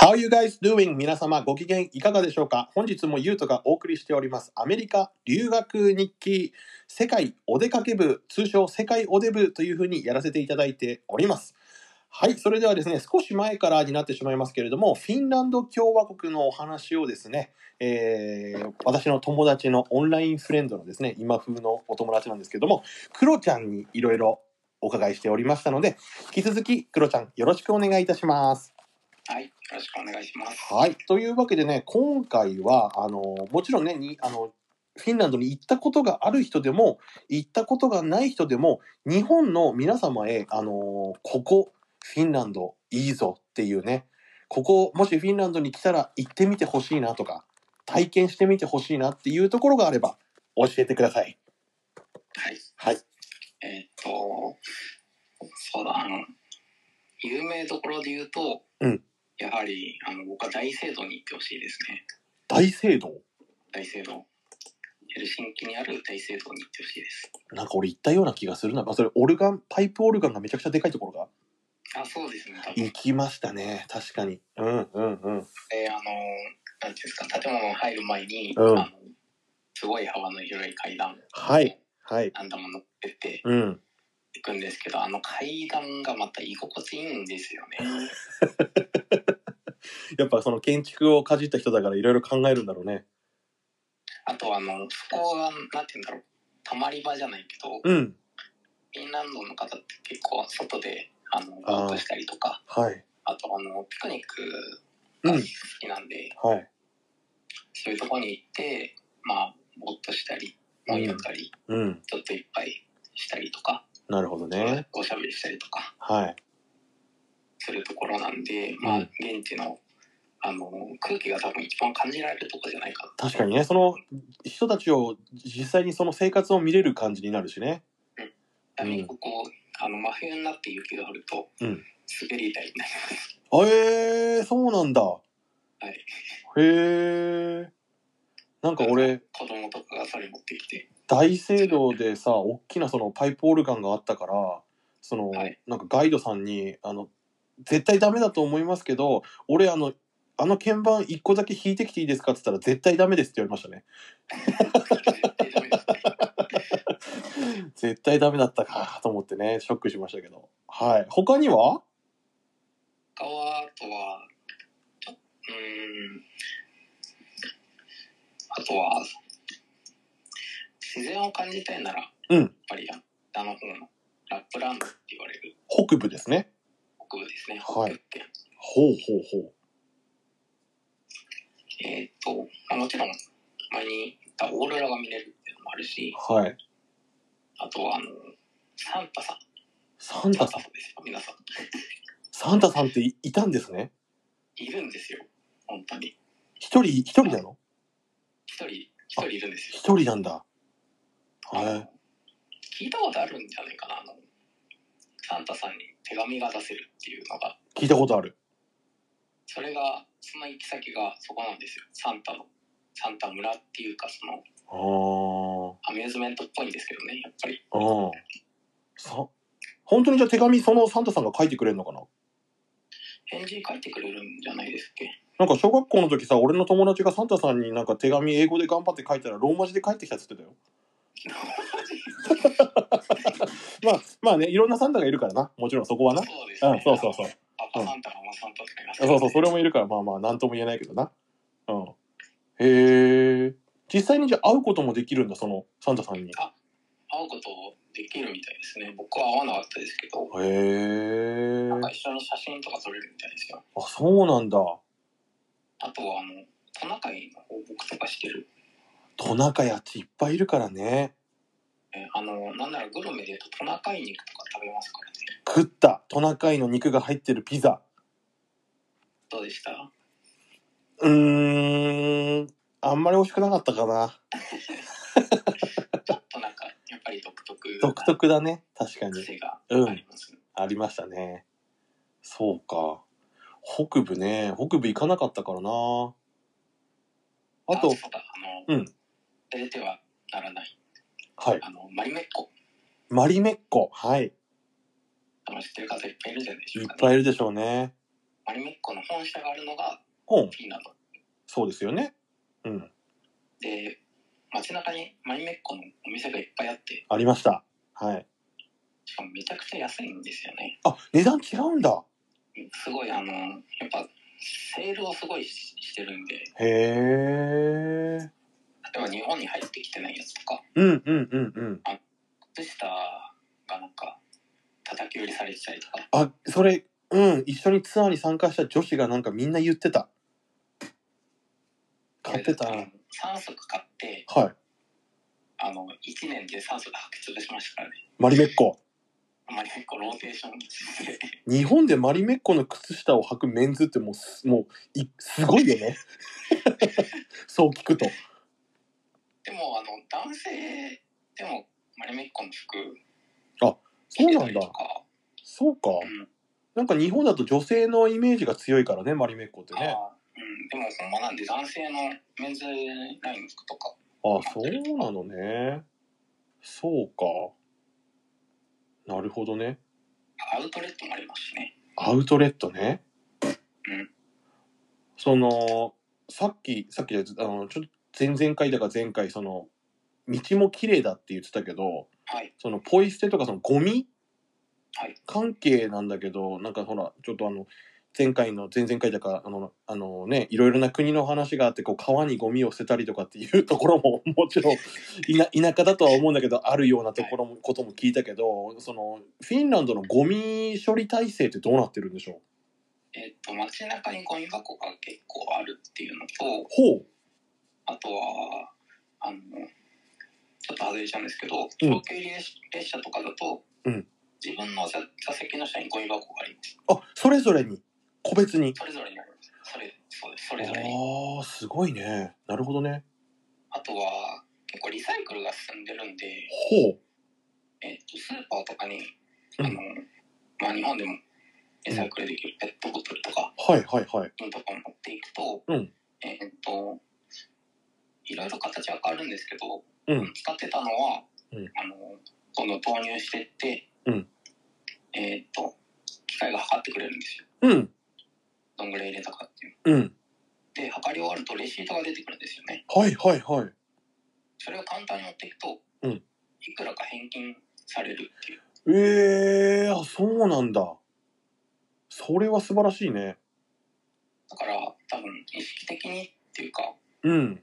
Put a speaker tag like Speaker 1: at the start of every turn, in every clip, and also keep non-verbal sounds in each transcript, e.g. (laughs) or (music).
Speaker 1: How you guys doing? 皆様ご機嫌いかがでしょうか本日もゆうとがお送りしておりますアメリカ留学日記世界お出かけ部通称世界お出部というふうにやらせていただいております。はい、それではですね、少し前からになってしまいますけれども、フィンランド共和国のお話をですね、えー私の友達のオンラインフレンドのですね、今風のお友達なんですけれども、クロちゃんにいろいろお伺いしておりましたので、引き続きクロちゃんよろしくお願いいたします。
Speaker 2: はい、よろしくお願いします。
Speaker 1: はい、というわけでね今回はあのもちろんねにあのフィンランドに行ったことがある人でも行ったことがない人でも日本の皆様へあのここフィンランドいいぞっていうねここもしフィンランドに来たら行ってみてほしいなとか体験してみてほしいなっていうところがあれば教えてください。
Speaker 2: はい、
Speaker 1: はい、
Speaker 2: えーっと、そうだ、あの、有名どころで言うと、
Speaker 1: うん
Speaker 2: やはり、あの、僕は大聖堂に行ってほしいですね。
Speaker 1: 大聖堂
Speaker 2: 大聖堂。ヘルシンキにある大聖堂に行ってほしいです。
Speaker 1: なんか俺行ったような気がするな、まあ、それオルガンパイプオルガンがめちゃくちゃでかいところが
Speaker 2: あ、そうですね、多分。
Speaker 1: 行きましたね確かにうんうんうん
Speaker 2: えあの、なんていうんですか、建物入る前に、
Speaker 1: うん
Speaker 2: あのすごい幅の広い階段、
Speaker 1: はいはい
Speaker 2: 何度も乗ってって
Speaker 1: うん。
Speaker 2: いくんですけど、あの階段がまた居心地いいんですよね。
Speaker 1: やっぱその建築をかじった人だからいろいろ考えるんだろうね。
Speaker 2: あとあのそこがなんて言うんだろうたまり場じゃないけど、
Speaker 1: うん。
Speaker 2: フィンランドの方って結構外であの
Speaker 1: あー
Speaker 2: ワークしたりとか
Speaker 1: はい。
Speaker 2: あとあのピクニック
Speaker 1: う
Speaker 2: が好
Speaker 1: ん。
Speaker 2: きなんで、
Speaker 1: はい。
Speaker 2: そういうとこに行ってまあぼーっとしたり本読んだり、
Speaker 1: うん。
Speaker 2: ちょっといっぱいしたりとか
Speaker 1: なるほどね。
Speaker 2: おしゃべりしたりとか
Speaker 1: はい。
Speaker 2: するところなんで、まあ
Speaker 1: うん
Speaker 2: 現地のあの空気が多分一番感じられるとこじゃないかな
Speaker 1: 確かにね、その人たちを実際にその生活を見れる感じになるしね。
Speaker 2: ちなみにここ、あの真冬になって雪が降ると、
Speaker 1: うん
Speaker 2: 滑り台になります
Speaker 1: あえー、そうなんだ。
Speaker 2: はい
Speaker 1: へえ。なんか俺、
Speaker 2: 子供とかがそれ持ってきて
Speaker 1: 大聖堂でさ大きなそのパイプオルガンがあったからその、
Speaker 2: はい
Speaker 1: なんかガイドさんにあの絶対ダメだと思いますけど俺あのあの鍵盤一個だけ弾いてきていいですかって言ったら絶対ダメですって言われましたね
Speaker 2: 絶対ダメですね
Speaker 1: 絶対ダメだったかと思ってねショックしましたけどはい他には
Speaker 2: 他はあとはちょうーんあとは自然を感じたいなら、
Speaker 1: うん
Speaker 2: やっぱりあの方のラップランドって言われる
Speaker 1: 北部ですね
Speaker 2: 北部ですね
Speaker 1: はい
Speaker 2: 北極圏
Speaker 1: ほうほうほう
Speaker 2: えーっと、まあ、もちろん前に言ったオーロラが見れるっていうのもあるし
Speaker 1: はい
Speaker 2: あとはあのサンタさん
Speaker 1: サン
Speaker 2: サ
Speaker 1: タ
Speaker 2: ン
Speaker 1: さ
Speaker 2: タ
Speaker 1: ん
Speaker 2: さんですよ皆さん
Speaker 1: サンタさんっていいたんですね
Speaker 2: いるんですよ本当に
Speaker 1: 一人一人なの
Speaker 2: 一人一人いるんですよ
Speaker 1: 一人なんだはい
Speaker 2: 聞いたことあるんじゃないかなあのサンタさんに手紙が出せるっていうのが
Speaker 1: 聞いたことある
Speaker 2: それがその行き先がそこなんですよサンタのサンタ村っていうかその
Speaker 1: ああ
Speaker 2: アミューズメントっぽいんですけどねやっぱり
Speaker 1: うん。さ、本当にじゃあ手紙そのサンタさんが書いてくれるのかな
Speaker 2: 返事書いてくれるんじゃないですっけ
Speaker 1: なんか小学校の時さ、俺の友達がサンタさんになんか手紙英語で頑張って書いたらローマ字で返ってきたっつってたよ。 (laughs) まあ、まあね、いろんなサンタがいるからな。もちろんそこはな。
Speaker 2: そうです
Speaker 1: う
Speaker 2: ね
Speaker 1: ん、そうそうそう。
Speaker 2: パパサンタママサンタとかいます
Speaker 1: そうそう、それもいるから、まあまあ、なんとも言えないけどな。うん。へえ。実際にじゃあ会うこともできるんだ、そのサンタさんに。
Speaker 2: 会うことできるみたいですね僕は会わなかったですけど
Speaker 1: へえ
Speaker 2: なん。か一緒に写真とか撮れるみたいですよ
Speaker 1: あ、そうなんだ。
Speaker 2: あとはあのトナカイの放牧とかしてる
Speaker 1: トナカイあっちいっぱいいるからね。
Speaker 2: えあの、なんならグルメで言うとトナカイ肉とか食べますからね。
Speaker 1: 食った。トナカイの肉が入ってるピザ。
Speaker 2: どうでした
Speaker 1: うーん、あんまり美味しくなかったかな。
Speaker 2: ちょっとなんか、やっぱり独特
Speaker 1: 独
Speaker 2: な
Speaker 1: 特だね。確かに。
Speaker 2: 癖が
Speaker 1: うん
Speaker 2: ありますね。
Speaker 1: ありましたね。そうか。北部ね。北部行かなかったからな。あと、
Speaker 2: そうだ、あ
Speaker 1: う
Speaker 2: の、
Speaker 1: ん
Speaker 2: 忘れてはならない。
Speaker 1: はい。
Speaker 2: あの、マリメッコ。
Speaker 1: マリメッコ。はい。
Speaker 2: あの、知ってる方いっぱいいるんじゃないでし
Speaker 1: い
Speaker 2: ょう
Speaker 1: っ
Speaker 2: かね。
Speaker 1: ぱいいるでしょうね。
Speaker 2: マリメッコの本社があるのが
Speaker 1: うん、
Speaker 2: フィンランド
Speaker 1: そうですよね。うん、
Speaker 2: で街中にマリメッコのお店がいっぱいあって
Speaker 1: ありました。はい。
Speaker 2: しかもめちゃくちゃ安いんですよね
Speaker 1: あ、値段違うんだ。
Speaker 2: すごいあのやっぱセールをすごいししてるんで
Speaker 1: へえ。
Speaker 2: 例えば日本に入ってきてないやつとか
Speaker 1: うんうんうんうん。
Speaker 2: 靴下がなんか叩き売りされてたりとか
Speaker 1: あ、それ、うん、一緒にツアーに参加した女子がなんかみんな言ってた。買ってた。はい。
Speaker 2: 3足買ってあの1年で3足履き潰しましたからね
Speaker 1: マリメッコ。
Speaker 2: マリメッコローテーションして (laughs)
Speaker 1: 日本でマリメッコの靴下を履くメンズってもうす、もう、いすごいよ
Speaker 2: (laughs)
Speaker 1: ね。そう聞くと。
Speaker 2: でもあの男性でもマリメッコの服
Speaker 1: そ
Speaker 2: 着
Speaker 1: う
Speaker 2: て
Speaker 1: な
Speaker 2: た
Speaker 1: ん
Speaker 2: りと
Speaker 1: だ。
Speaker 2: か
Speaker 1: そうか。
Speaker 2: うん
Speaker 1: なんか日本だと女性のイメージが強いからね、マリメッコってね。
Speaker 2: ああうん、でもほんまなんで男性のメンズラインの服とか
Speaker 1: あ、そうなのね。そうか。なるほどね。
Speaker 2: アウトレットもありますしね
Speaker 1: アウトレットね。
Speaker 2: うん
Speaker 1: その、さっき、さっきじゃあの、ちょっと前々回だか前回、その、道も綺麗だって言ってたけど、
Speaker 2: はい
Speaker 1: そのポイ捨てとかそのゴミ
Speaker 2: はい
Speaker 1: 関係なんだけど、なんかほら、ちょっとあの、前回の、前々回だか、あの、あのね、いろいろな国の話があって、こう、川にゴミを捨てたりとかっていうところも、 (laughs) もちろん、田田舎だとは思うんだけど、あるようなところも、ことも聞いたけど、その、フィンランドのゴミ処理体制ってどうなってるんでしょう
Speaker 2: えっと街中にゴミ箱が結構あるっていうのと
Speaker 1: ほう。
Speaker 2: あとはあのちょっと外れちゃうんですけど
Speaker 1: うん
Speaker 2: 長距離列車とかだと、
Speaker 1: うん
Speaker 2: 自分の座座席の下にゴミ箱があります
Speaker 1: あ、それぞれに、個別に。
Speaker 2: それぞれにありますそれそうですそれぞれに
Speaker 1: ああ、すごいね。なるほどね。
Speaker 2: あとは結構リサイクルが進んでるんで、
Speaker 1: ほう。
Speaker 2: えっとスーパーとかに
Speaker 1: う
Speaker 2: あ
Speaker 1: ん
Speaker 2: の、まあ、日本でもリサイクルできるペットボトルとか
Speaker 1: はいはいはい。
Speaker 2: 瓶とかを持っていくと、
Speaker 1: うん
Speaker 2: えっといろいろ形は変わるんですけど、
Speaker 1: うん
Speaker 2: 使ってたのは、
Speaker 1: うん
Speaker 2: あのどんどん投入してって、
Speaker 1: うん
Speaker 2: えっと機械が測ってくれるんですよ
Speaker 1: うん。
Speaker 2: どんぐらい入れたかってい
Speaker 1: う
Speaker 2: う
Speaker 1: ん。
Speaker 2: で測り終わるとレシートが出てくるんですよね
Speaker 1: はいはいはい。
Speaker 2: それを簡単に持っていくと、
Speaker 1: うん
Speaker 2: いくらか返金されるっていう
Speaker 1: ええー、あ、そうなんだ。それは素晴らしいね。
Speaker 2: だから多分意識的にっていうか
Speaker 1: うん。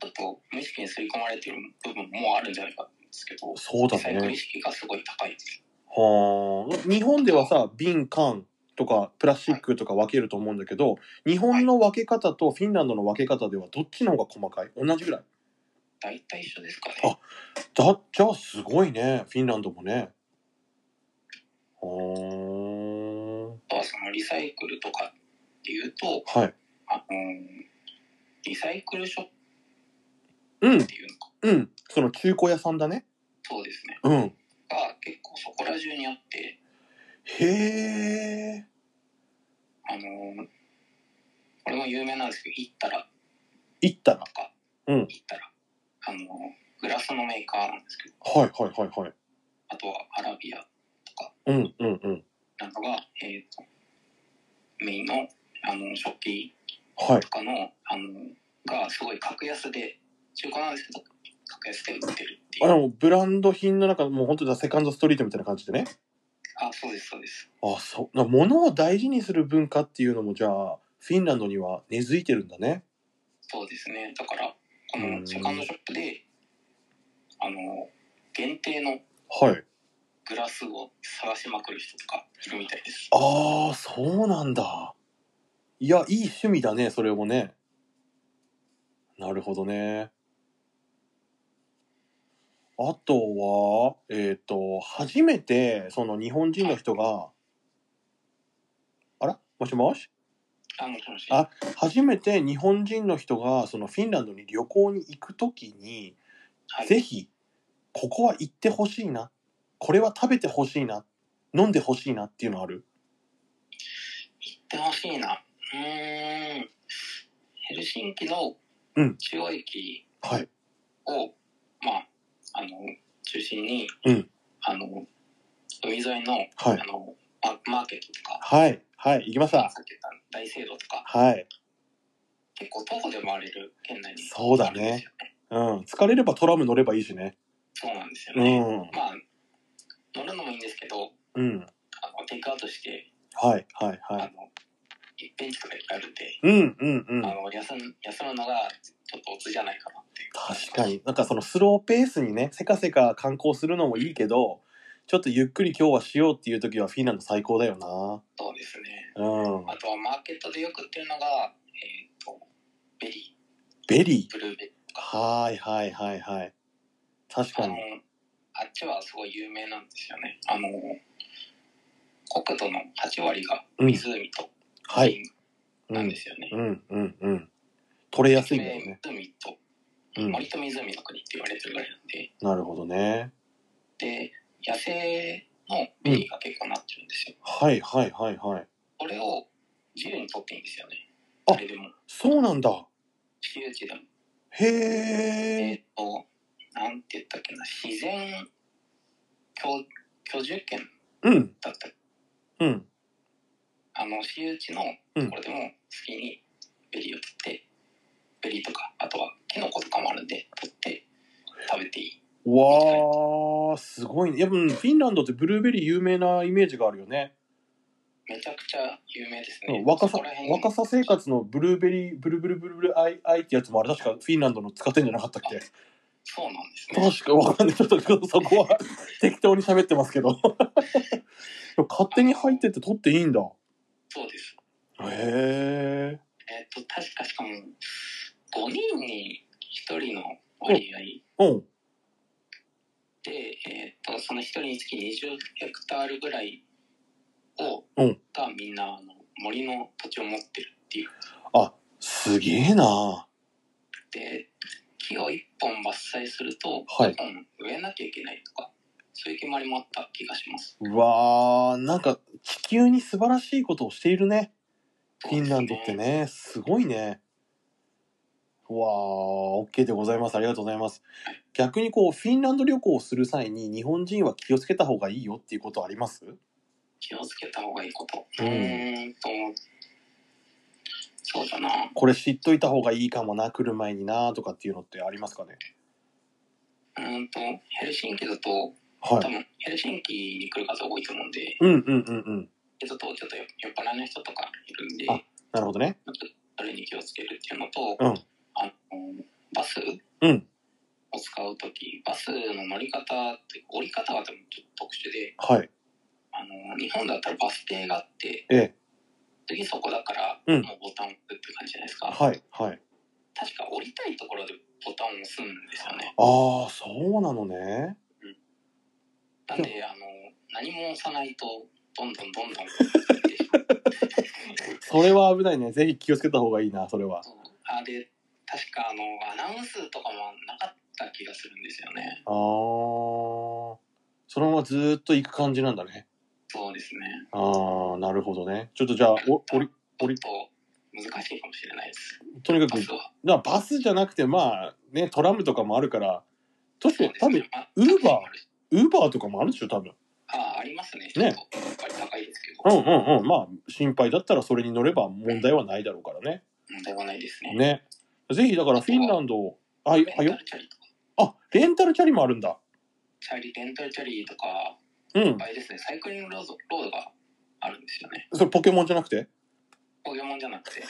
Speaker 2: ちょっと無意識に刷り込まれてる部分もあるんじゃないかと思うんですけど、
Speaker 1: そうだ
Speaker 2: リサイクル意
Speaker 1: ね。
Speaker 2: 識がすごい高いです。
Speaker 1: はあ。日本ではさ、瓶、缶とかプラスチックとか分けると思うんだけど、日本の分け方とフィンランドの分け方ではどっちの方が細かい同じぐらい。
Speaker 2: 大体一緒ですかね。
Speaker 1: あだ、じゃあすごいね。フィンランドもね。は
Speaker 2: あとはそのリサイクルとかっていうと、
Speaker 1: あ。はい。
Speaker 2: あのリサイクルショッ
Speaker 1: うん
Speaker 2: プっ。ていうのか、
Speaker 1: うん。その中古屋さんだね。
Speaker 2: そうですね、
Speaker 1: うん。
Speaker 2: が結構そこら中にあって、
Speaker 1: へえ。
Speaker 2: あのこれも有名なんですけど、行ったら
Speaker 1: 行ったら。
Speaker 2: とか、
Speaker 1: うん
Speaker 2: 行ったら、あのグラスのメーカーなんですけど、
Speaker 1: はいはいはいはい。
Speaker 2: あとはアラビア
Speaker 1: うんうんうん。
Speaker 2: などが、えー、とメインのあの食器
Speaker 1: はい
Speaker 2: と。かのあのがすごい格安で中古なんですけど格安で売ってるってい
Speaker 1: あ
Speaker 2: う
Speaker 1: の、ブランド品の中、もう本当だ、セカンドストリートみたいな感じでね。
Speaker 2: あそうですそうです
Speaker 1: あ、そう。な物を大事にする文化っていうのも、じゃあ、フィンランドには根付いてるんだね。
Speaker 2: そうですねだからこ
Speaker 1: うん
Speaker 2: のセカンドショップであの限定の
Speaker 1: はい。
Speaker 2: グラスを探しまくる人とかいるみたいです
Speaker 1: ああ、そうなんだ。いや、いい趣味だね、それもね。なるほどね。あとは、えっ、と、初めて、その日本人の人が、あらもしもし
Speaker 2: あもしもし
Speaker 1: あ初めて日本人の人がそのフィンランドに旅行に行くときに、
Speaker 2: はい
Speaker 1: ぜひここは行ってほしいなこれは食べてほしいな飲んでほしいなっていうのある
Speaker 2: 行ってほしいなうーんヘルシンキの
Speaker 1: うん
Speaker 2: 中央駅
Speaker 1: はい
Speaker 2: を、まああの中心に、
Speaker 1: うん
Speaker 2: あの海沿いの
Speaker 1: はい
Speaker 2: あのママーケットとか
Speaker 1: はいはい行きました
Speaker 2: さっき言った大聖堂とか、
Speaker 1: はい。
Speaker 2: 結構徒歩で回れる県内に
Speaker 1: そうだね
Speaker 2: あるんですよね。
Speaker 1: うん。疲れればトラム乗ればいいしね。
Speaker 2: そうなんですよ
Speaker 1: う
Speaker 2: ね。
Speaker 1: ん。
Speaker 2: まあ、乗るのもいいんですけど、
Speaker 1: うん。
Speaker 2: あのテイクアウトして、
Speaker 1: はい、はい、
Speaker 2: あ
Speaker 1: はい。
Speaker 2: の、一遍近くで帰るんで、
Speaker 1: うん、うん、うん
Speaker 2: あ。の休む休むのがちょっとおつじゃないかなっていう。
Speaker 1: 確か。に。なんかそのスローペースにね、せかせか観光するのもいいけど、ちょっとゆっくり今日はしようっていう時はフィンランド最高だよな。
Speaker 2: そうですね。
Speaker 1: うん。
Speaker 2: あとはマーケットでよく売ってるのが、えっ、と、ベリ
Speaker 1: ベリ
Speaker 2: ー、ブルーベリーと
Speaker 1: ー。
Speaker 2: か、
Speaker 1: はいはいはいはい。確か
Speaker 2: あ
Speaker 1: に
Speaker 2: の。、あっちはすごい有名なんですよね。あの、国土の8割が湖と
Speaker 1: はい。う
Speaker 2: なん
Speaker 1: ん
Speaker 2: で。すよね。
Speaker 1: うんうんうん。取れやすいんだよね。
Speaker 2: 湖と
Speaker 1: うん。
Speaker 2: 森と湖の国って言われてるぐらいなんで、
Speaker 1: なるほどね。
Speaker 2: で、野生のベリーが結構なってるんですよ。
Speaker 1: はいはいはいはい。
Speaker 2: これを自由に取っていいんですよね。
Speaker 1: あ
Speaker 2: 誰でも、
Speaker 1: そうなんだ。
Speaker 2: 私有地でも。え
Speaker 1: へ
Speaker 2: っ、
Speaker 1: え。
Speaker 2: と、なんて言ったっけな、自然居居住権
Speaker 1: うん
Speaker 2: だったっけ
Speaker 1: うん。
Speaker 2: あの、私有地の
Speaker 1: うん
Speaker 2: ところでも好きにベリーを取って、ベリーとか、あとはキノコとかもあるんで、取って食べていい。
Speaker 1: わー、すごいね。やっぱうんフィンランドってブルーベリー有名なイメージがあるよね。
Speaker 2: めちゃくちゃ有名です
Speaker 1: う
Speaker 2: ね
Speaker 1: ん。若さ
Speaker 2: そこら辺に
Speaker 1: 若さ生活のブルーベリーブルブルブルブルアイアイってやつもあれ確かフィンランドの使ってんじゃなかったっけ
Speaker 2: そうなんですね。
Speaker 1: 確かわかんないちょっとそこ (laughs) は適当に喋ってますけど (laughs) 勝手に入ってって取っていいんだ
Speaker 2: そうです。
Speaker 1: へえ
Speaker 2: えっ、と、確かしかも、5人に1人の割合
Speaker 1: うん
Speaker 2: で、えっ、と、その1人につき20ヘクタールぐらいを、
Speaker 1: うん
Speaker 2: がみんなあの森の土地を持ってるっていう。
Speaker 1: あすげえな
Speaker 2: で木を一本伐採すると、
Speaker 1: はい
Speaker 2: 一本植えなきゃいけないとかそういう決まりもあった気がします
Speaker 1: うわーなんか地球に素晴らしいことをしているねフィンランドってねすごいねうわー OK でございますありがとうございます逆にこうフィンランド旅行をする際に日本人は気をつけた方がいいよっていうことあります
Speaker 2: 気をつけた方がいいこと
Speaker 1: うん
Speaker 2: ーんとそうだな
Speaker 1: これ知っといた方がいいかもな来る前になとかっていうのってありますかね
Speaker 2: うーんとヘルシンキだと
Speaker 1: は
Speaker 2: 多
Speaker 1: い
Speaker 2: 分ヘルシンキに来る方多いと思うんで
Speaker 1: うんうんうんうん
Speaker 2: でちょっとちょっと酔っ払いの人とかいるんで
Speaker 1: あなるほどね
Speaker 2: それに気をつけるっていうのと、
Speaker 1: うん
Speaker 2: あのバス
Speaker 1: うん
Speaker 2: を使う時バスの乗り方って降り方が多分ちょっと特殊で
Speaker 1: はい
Speaker 2: あの日本だったらバス停があって
Speaker 1: ええ
Speaker 2: 次そこだから、
Speaker 1: うん
Speaker 2: もうボタンを押すって感じじゃないですか、
Speaker 1: はいはい
Speaker 2: 確か降りたいところでボタンを押すんですよね
Speaker 1: ああそうなのね
Speaker 2: なんであの何も押さないとどんどんどんどん (laughs)
Speaker 1: それは危ないねぜひ気をつけた方がいいなそれは
Speaker 2: そうあで確かあのアナウンスとかもなかった気がするんですよね
Speaker 1: あーそのままずーっと行く感じなんだね
Speaker 2: そうですね
Speaker 1: ああなるほどねちょっとじゃあおおり
Speaker 2: ちょ
Speaker 1: 降
Speaker 2: っ
Speaker 1: り
Speaker 2: と難しいかもしれないです
Speaker 1: とにか
Speaker 2: バ
Speaker 1: く
Speaker 2: スは
Speaker 1: だからバスじゃなくてまあねトラムとかもあるから確か
Speaker 2: そう
Speaker 1: に
Speaker 2: です
Speaker 1: 多分
Speaker 2: ねまあ
Speaker 1: ウーバー
Speaker 2: タクシもあるし
Speaker 1: ウーバーとかもあるでしょ多分
Speaker 2: あありますねちょっ
Speaker 1: ね
Speaker 2: とやっぱり高いですけ
Speaker 1: うん
Speaker 2: ど、
Speaker 1: うんうんまあ心配だったらそれに乗れば問題はないだろうからね
Speaker 2: 問題はないですね
Speaker 1: ねぜひだからフィンランドをあい
Speaker 2: レンタ
Speaker 1: あよ
Speaker 2: ルチャリとか
Speaker 1: あレンタルチャリもあるんだ
Speaker 2: チャリレンタルチャリとか
Speaker 1: うん
Speaker 2: あれですね、サイクリングロードロードがあるんですよね。
Speaker 1: それポケモンじゃなくて
Speaker 2: ポケモンじゃなくて。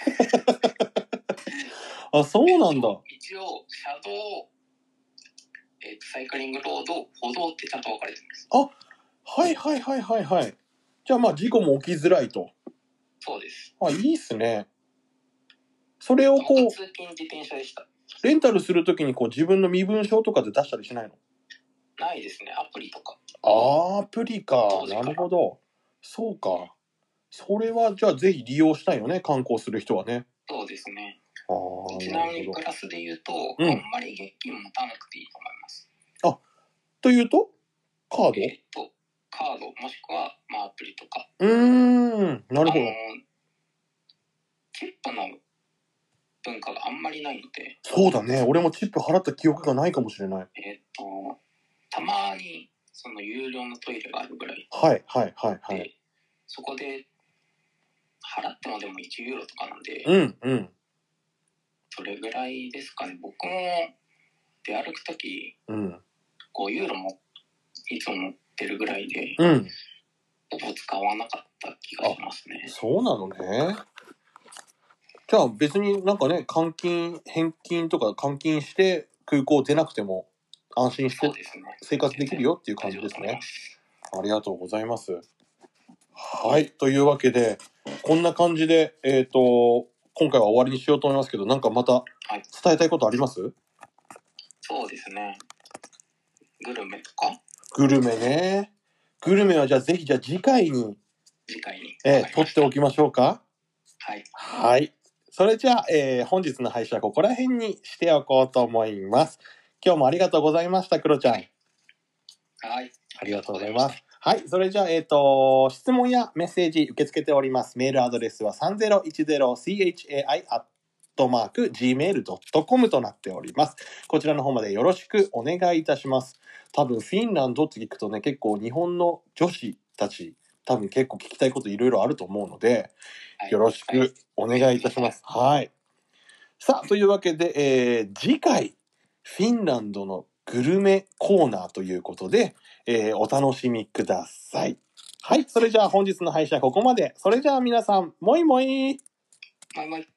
Speaker 1: あそうなんだ
Speaker 2: 一応、車道、えっとサイクリングロード、歩道ってちゃんと分かれてます。
Speaker 1: はいはいはいはいはいじゃあまあ事故も起きづらいと
Speaker 2: そうです。
Speaker 1: あいいっすねそれをこ
Speaker 2: 僕
Speaker 1: う
Speaker 2: は通勤自転車でした。
Speaker 1: レンタルするときにこう自分の身分証とかで出したりしないの
Speaker 2: ないですね、アプリとか。
Speaker 1: あーアプリか
Speaker 2: そうです
Speaker 1: な
Speaker 2: か
Speaker 1: るほどそうかそれはじゃあぜひ利用したいよね観光する人はね
Speaker 2: そうですね。
Speaker 1: あ
Speaker 2: ち
Speaker 1: あ
Speaker 2: な
Speaker 1: な
Speaker 2: み
Speaker 1: る
Speaker 2: に
Speaker 1: ほ
Speaker 2: プ
Speaker 1: ど
Speaker 2: ラスで言うと、
Speaker 1: うん
Speaker 2: あんまり現金持たなくていいと思います。
Speaker 1: というとカー
Speaker 2: えっと、カード、もしくは、まあ、アプリとか。
Speaker 1: ドうーんなるほど
Speaker 2: あのチップの文化があんまりないので、
Speaker 1: そうだね俺もチップ払った記憶がないかもしれない
Speaker 2: えっ、と、たまに、その有料のトイレがあるぐらい
Speaker 1: はいはいはいは
Speaker 2: で、
Speaker 1: い
Speaker 2: そこで、払ってもでも1ユーロとかなんで、
Speaker 1: うんうん
Speaker 2: それぐらいですかね。僕も出歩くとき、
Speaker 1: うん
Speaker 2: 5ユーロもいつも持ってるぐらいで、
Speaker 1: うん
Speaker 2: ほぼ使わなかった気がしますね。
Speaker 1: そうなのねじゃあ別になんかね換金返金とか換金して空港出なくても安心し
Speaker 2: そう
Speaker 1: て
Speaker 2: ですね。
Speaker 1: 生活できるよっていう感じですねありがとうございます。はい。というわけで、こんな感じで、えっ、と、今回は終わりにしようと思いますけど、なんかまた
Speaker 2: はい
Speaker 1: 伝えたいことあります
Speaker 2: そうですね。グルメとか
Speaker 1: グルメね。グルメはじゃあぜひじゃあ次回に、
Speaker 2: 次回に。
Speaker 1: え
Speaker 2: わか
Speaker 1: ー
Speaker 2: り
Speaker 1: 撮
Speaker 2: ま
Speaker 1: っ
Speaker 2: して
Speaker 1: おきましょうか。
Speaker 2: たはい。
Speaker 1: はい。それじゃあ、えー本日の配信はここら辺にしておこうと思います。今日もありがとうございました、クロちゃん。
Speaker 2: はい。
Speaker 1: ありがとうございます。はい。それじゃあ、えっ、と、質問やメッセージ受け付けております。メールアドレスは 3010chai.gmail.com となっております。こちらの方までよろしくお願いいたします。多分、フィンランドって聞くとね、結構日本の女子たち、多分結構聞きたいこといろいろあると思うので、
Speaker 2: はい
Speaker 1: よろしくお願いいたします。はい。さあ、というわけで、えー次回、フィンランドのグルメコーナーということで、えーお楽しみください。はい、それじゃあ本日の配信はここまで。それじゃあ皆さん、もいもい
Speaker 2: はい。はい